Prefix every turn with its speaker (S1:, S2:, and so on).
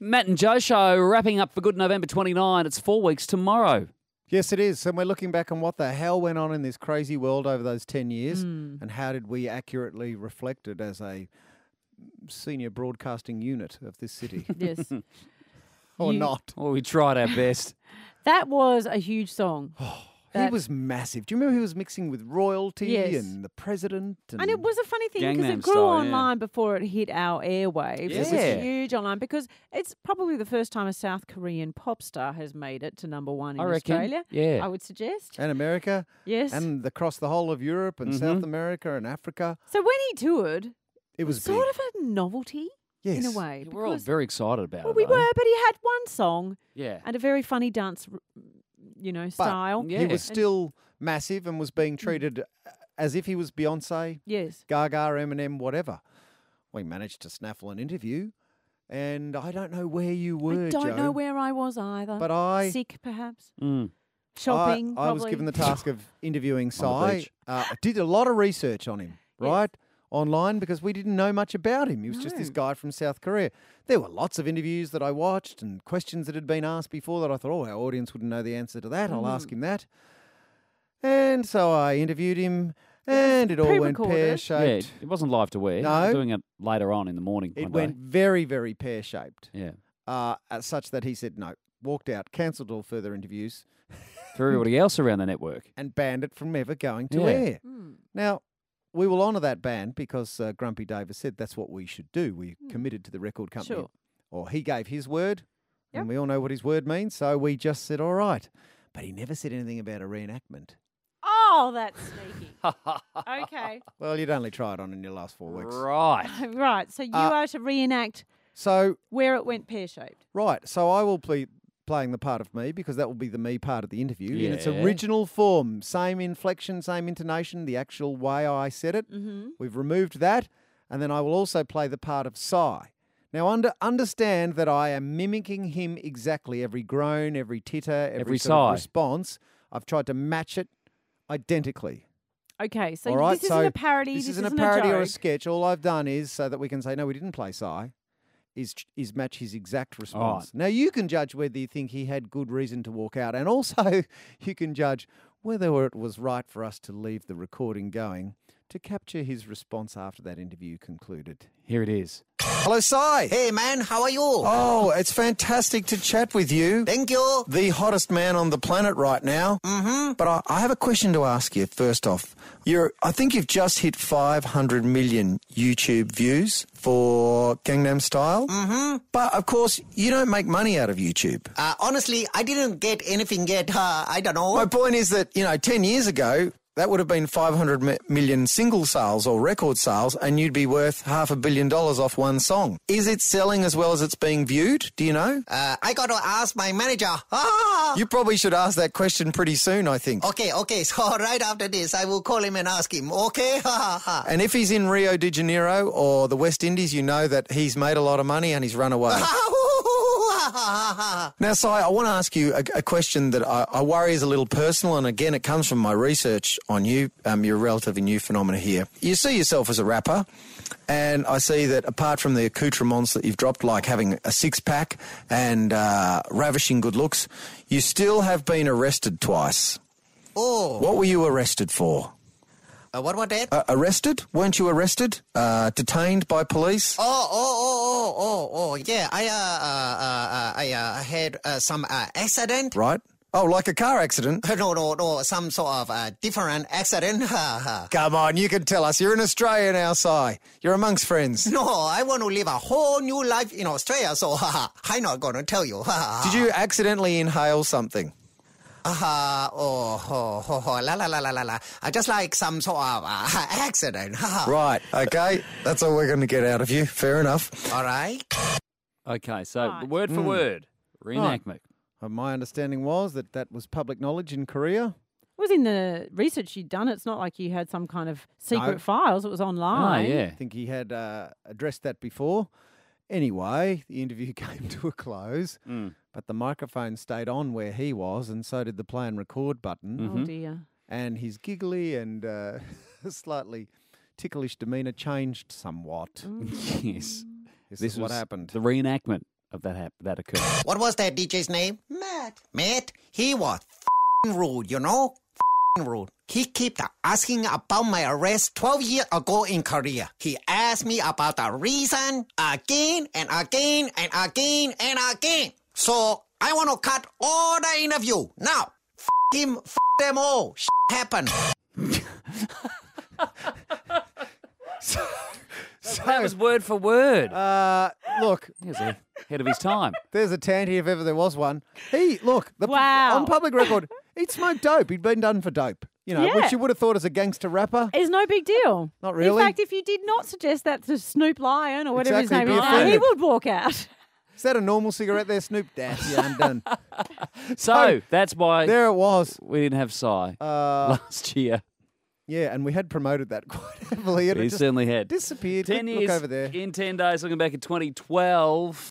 S1: Matt and Joe show wrapping up for good November 29. It's four weeks tomorrow.
S2: Yes, it is. And we're looking back on what the hell went on in this crazy world over those 10 years
S3: Hmm.
S2: and how did we accurately reflect it as a senior broadcasting unit of this city
S3: Yes.
S2: or
S3: You-
S2: not.
S1: Well, Oh, we tried our best.
S3: that was a huge song.
S2: he
S3: That-
S2: was massive. Do you remember he was mixing with royalty
S3: Yes.
S2: and the president? And,
S3: And it was a funny thing because
S1: Gangnam
S3: it grew
S1: Style, yeah.
S3: online before it hit our airwaves. It
S1: Yeah.
S3: was huge online because it's probably the first time a South Korean pop star has made it to number one in
S1: I reckon.
S3: Australia.
S1: Yeah.
S3: I would suggest.
S2: and America
S3: yes.
S2: and across the whole of Europe and South America and Africa.
S3: so when he toured,
S2: It was
S3: sort
S2: big.
S3: of a novelty
S2: yes.
S3: in a way.
S1: We're all
S3: because-
S1: very excited about
S3: well,
S1: it.
S3: we
S1: though.
S3: were, but he had one song
S1: Yeah.
S3: and a very funny dance, r- you know,
S2: But
S3: style.
S1: yeah.
S2: He was
S3: And-
S2: still massive and was
S3: Mm.
S2: being treated as if he was Beyonce,
S3: Yes.
S2: Gaga, Eminem, whatever. We managed to snaffle an interview, and I don't know where you were.
S3: I don't
S2: Joe,
S3: know where I was either.
S2: But I,
S3: Sick, perhaps.
S1: Mm.
S3: Shopping.
S2: I, I was
S3: probably.
S2: given the task of interviewing Sai.
S1: beach.
S2: Uh, I did a lot of research on him,
S3: Yes.
S2: right? Online because we didn't know much about him. He was just this
S3: No.
S2: guy from South Korea. There were lots of interviews that I watched and questions that had been asked before that I thought, oh, our audience wouldn't know the answer to that. I'll
S3: Mm.
S2: ask him that. And so I interviewed him, and it all went
S3: pre-recorded.
S2: pear
S1: Yeah,
S2: shaped.
S1: it wasn't live to wear.
S2: No.
S1: Doing it later on in the morning.
S2: It
S1: one
S2: went
S1: day.
S2: very, very pear shaped,
S1: Yeah.
S2: uh, as such that he said no, walked out, cancelled all further interviews,
S1: For everybody else around the network.
S2: and banned it from ever going to
S1: Yeah.
S2: air.
S3: Mm.
S2: Now, we will honour that ban because uh, Grumpy Davis said that's what we should do. We committed to the record company.
S3: Sure.
S2: Or he gave his word,
S3: Yep.
S2: and we all know what his word means, so we just said, all right. But he never said anything about a reenactment.
S3: Oh, that's sneaky.
S2: Oh.
S3: okay.
S2: Well, you'd only try it on in your last four weeks.
S1: Right.
S3: Right. So you
S2: Uh,
S3: are to reenact
S2: So,
S3: where it went pear shaped.
S2: right. So I will be playing the part of me because that will be the me part of the interview in its
S1: Yeah.
S2: original form. Same inflection, same intonation, the actual way I said it.
S3: Mm-hmm.
S2: We've removed that, and then I will also play the part of Psy. Now, under, understand that I am mimicking him exactly. Every groan, every titter, every,
S1: Every
S2: sort of
S1: sigh.
S2: response, I've tried to match it identically.
S3: Okay. So
S2: all right,
S3: this
S2: so
S3: isn't a parody.
S2: This,
S3: This,
S2: isn't, a parody or a
S3: joke.
S2: sketch. All I've done is so that we can say, no, we didn't play Psy. Is, is match his exact response. Now you can judge whether you think he had good reason to walk out, and also you can judge whether it was right for us to leave the recording going to capture his response after that interview concluded.
S1: Here it is.
S2: Hello, Sai.
S4: Hey man, how are you?
S2: Oh, it's fantastic to chat with you.
S4: Thank you.
S2: The hottest man on the planet right now. Mm-hmm. But I, I have a question to ask you first off. You're, I think you've just hit 500 million YouTube views for Gangnam Style. Mm-hmm. But of course, you don't make money out of YouTube.
S4: Uh, honestly, I didn't get anything yet. Uh, I don't know.
S2: My point is that, you know, 10 years ago, that would have been 500 mi- million single sales or record sales, and you'd be worth half a billion dollars off one song. Is it selling as well as it's being viewed? Do you know?
S4: Uh, I gotta ask my manager. Ah!
S2: You probably should ask that question pretty soon, I think.
S4: Okay, okay. So right after this, I will call him and ask him. Okay.
S2: And if he's in Rio de Janeiro or the West Indies, you know that he's made a lot of money and he's run away. now, Sai, I want to ask you a, a question that I, I worry is a little personal, and again, it comes from my research on you. Um, you're a relatively new phenomenon here. You see yourself as a rapper, and I see that apart from the accoutrements that you've dropped, like having a six pack and uh, ravishing good looks, you still have been arrested twice.
S4: oh,
S2: What were you arrested for?
S4: uh, what was that?
S2: uh, arrested? Weren't you arrested? Uh, detained by police?
S4: Oh, oh, oh, oh, oh, oh, yeah. I, uh, uh, uh, uh, I, uh, had, uh, some, uh, accident.
S2: Right? Oh, like a car accident?
S4: No, no, no. Some sort of, uh, different accident.
S2: Come on, you can tell us. You're in Australia now, Si. You're amongst friends.
S4: no, I want to live a whole new life in Australia, so, I'm not gonna tell you.
S2: Did you accidentally inhale something?
S4: Uh, oh, oh, oh, oh, la la la la la la. Uh, just like some sort of uh, accident.
S2: Right. Okay. That's all we're going to get out of you. Fair enough.
S4: All right.
S1: Okay, so
S3: Right.
S1: word for word, reenactment.
S2: Uh, My understanding was that that was public knowledge in Korea.
S3: It was in the research you'd done. It's not like you had some kind of secret files. It was
S1: Oh,
S3: online.
S1: yeah.
S2: I think he had uh, addressed that before. Anyway, the interview came to a close, but the microphone stayed on where he was, and so did the play and record button.
S3: Oh dear.
S2: and his giggly and uh, slightly ticklish demeanour changed somewhat.
S1: yes.
S2: This,
S1: This
S2: is what
S1: was
S2: happened.
S1: The reenactment. of that hap- that occurring.
S4: What was that DJ's name? Matt. Matt. He was f***ing rude, you know? F***ing rude. He kept asking about my arrest 12 years ago in Korea. He asked me about the reason again and again and again and again. So I want to cut all the interview now. F*** him. F*** them all. Shit happened.
S1: that was word for word.
S2: Uh, look,
S1: he was ahead of his time.
S2: there's a tanty if ever there was one. He, look, the,
S3: Wow.
S2: on public record, he'd smoked dope. He'd been done for dope. You know,
S3: Yeah.
S2: which you would have thought as a gangster rapper.
S3: It's no big deal.
S2: Not really.
S3: In fact, if you did not suggest that to Snoop Lion or whatever
S2: Exactly, be
S3: his name is,
S2: offended.
S3: he would walk out.
S2: Is that a normal cigarette there, Snoop? Damn, yeah, I'm done.
S1: So that's why
S2: there it was.
S1: we didn't have Psy
S2: Uh,
S1: last year.
S2: yeah, and we had promoted that quite heavily. It
S1: He
S2: just
S1: certainly had.
S2: disappeared.
S1: Ten
S2: Look
S1: years
S2: over there.
S1: in ten days, looking back at 2012,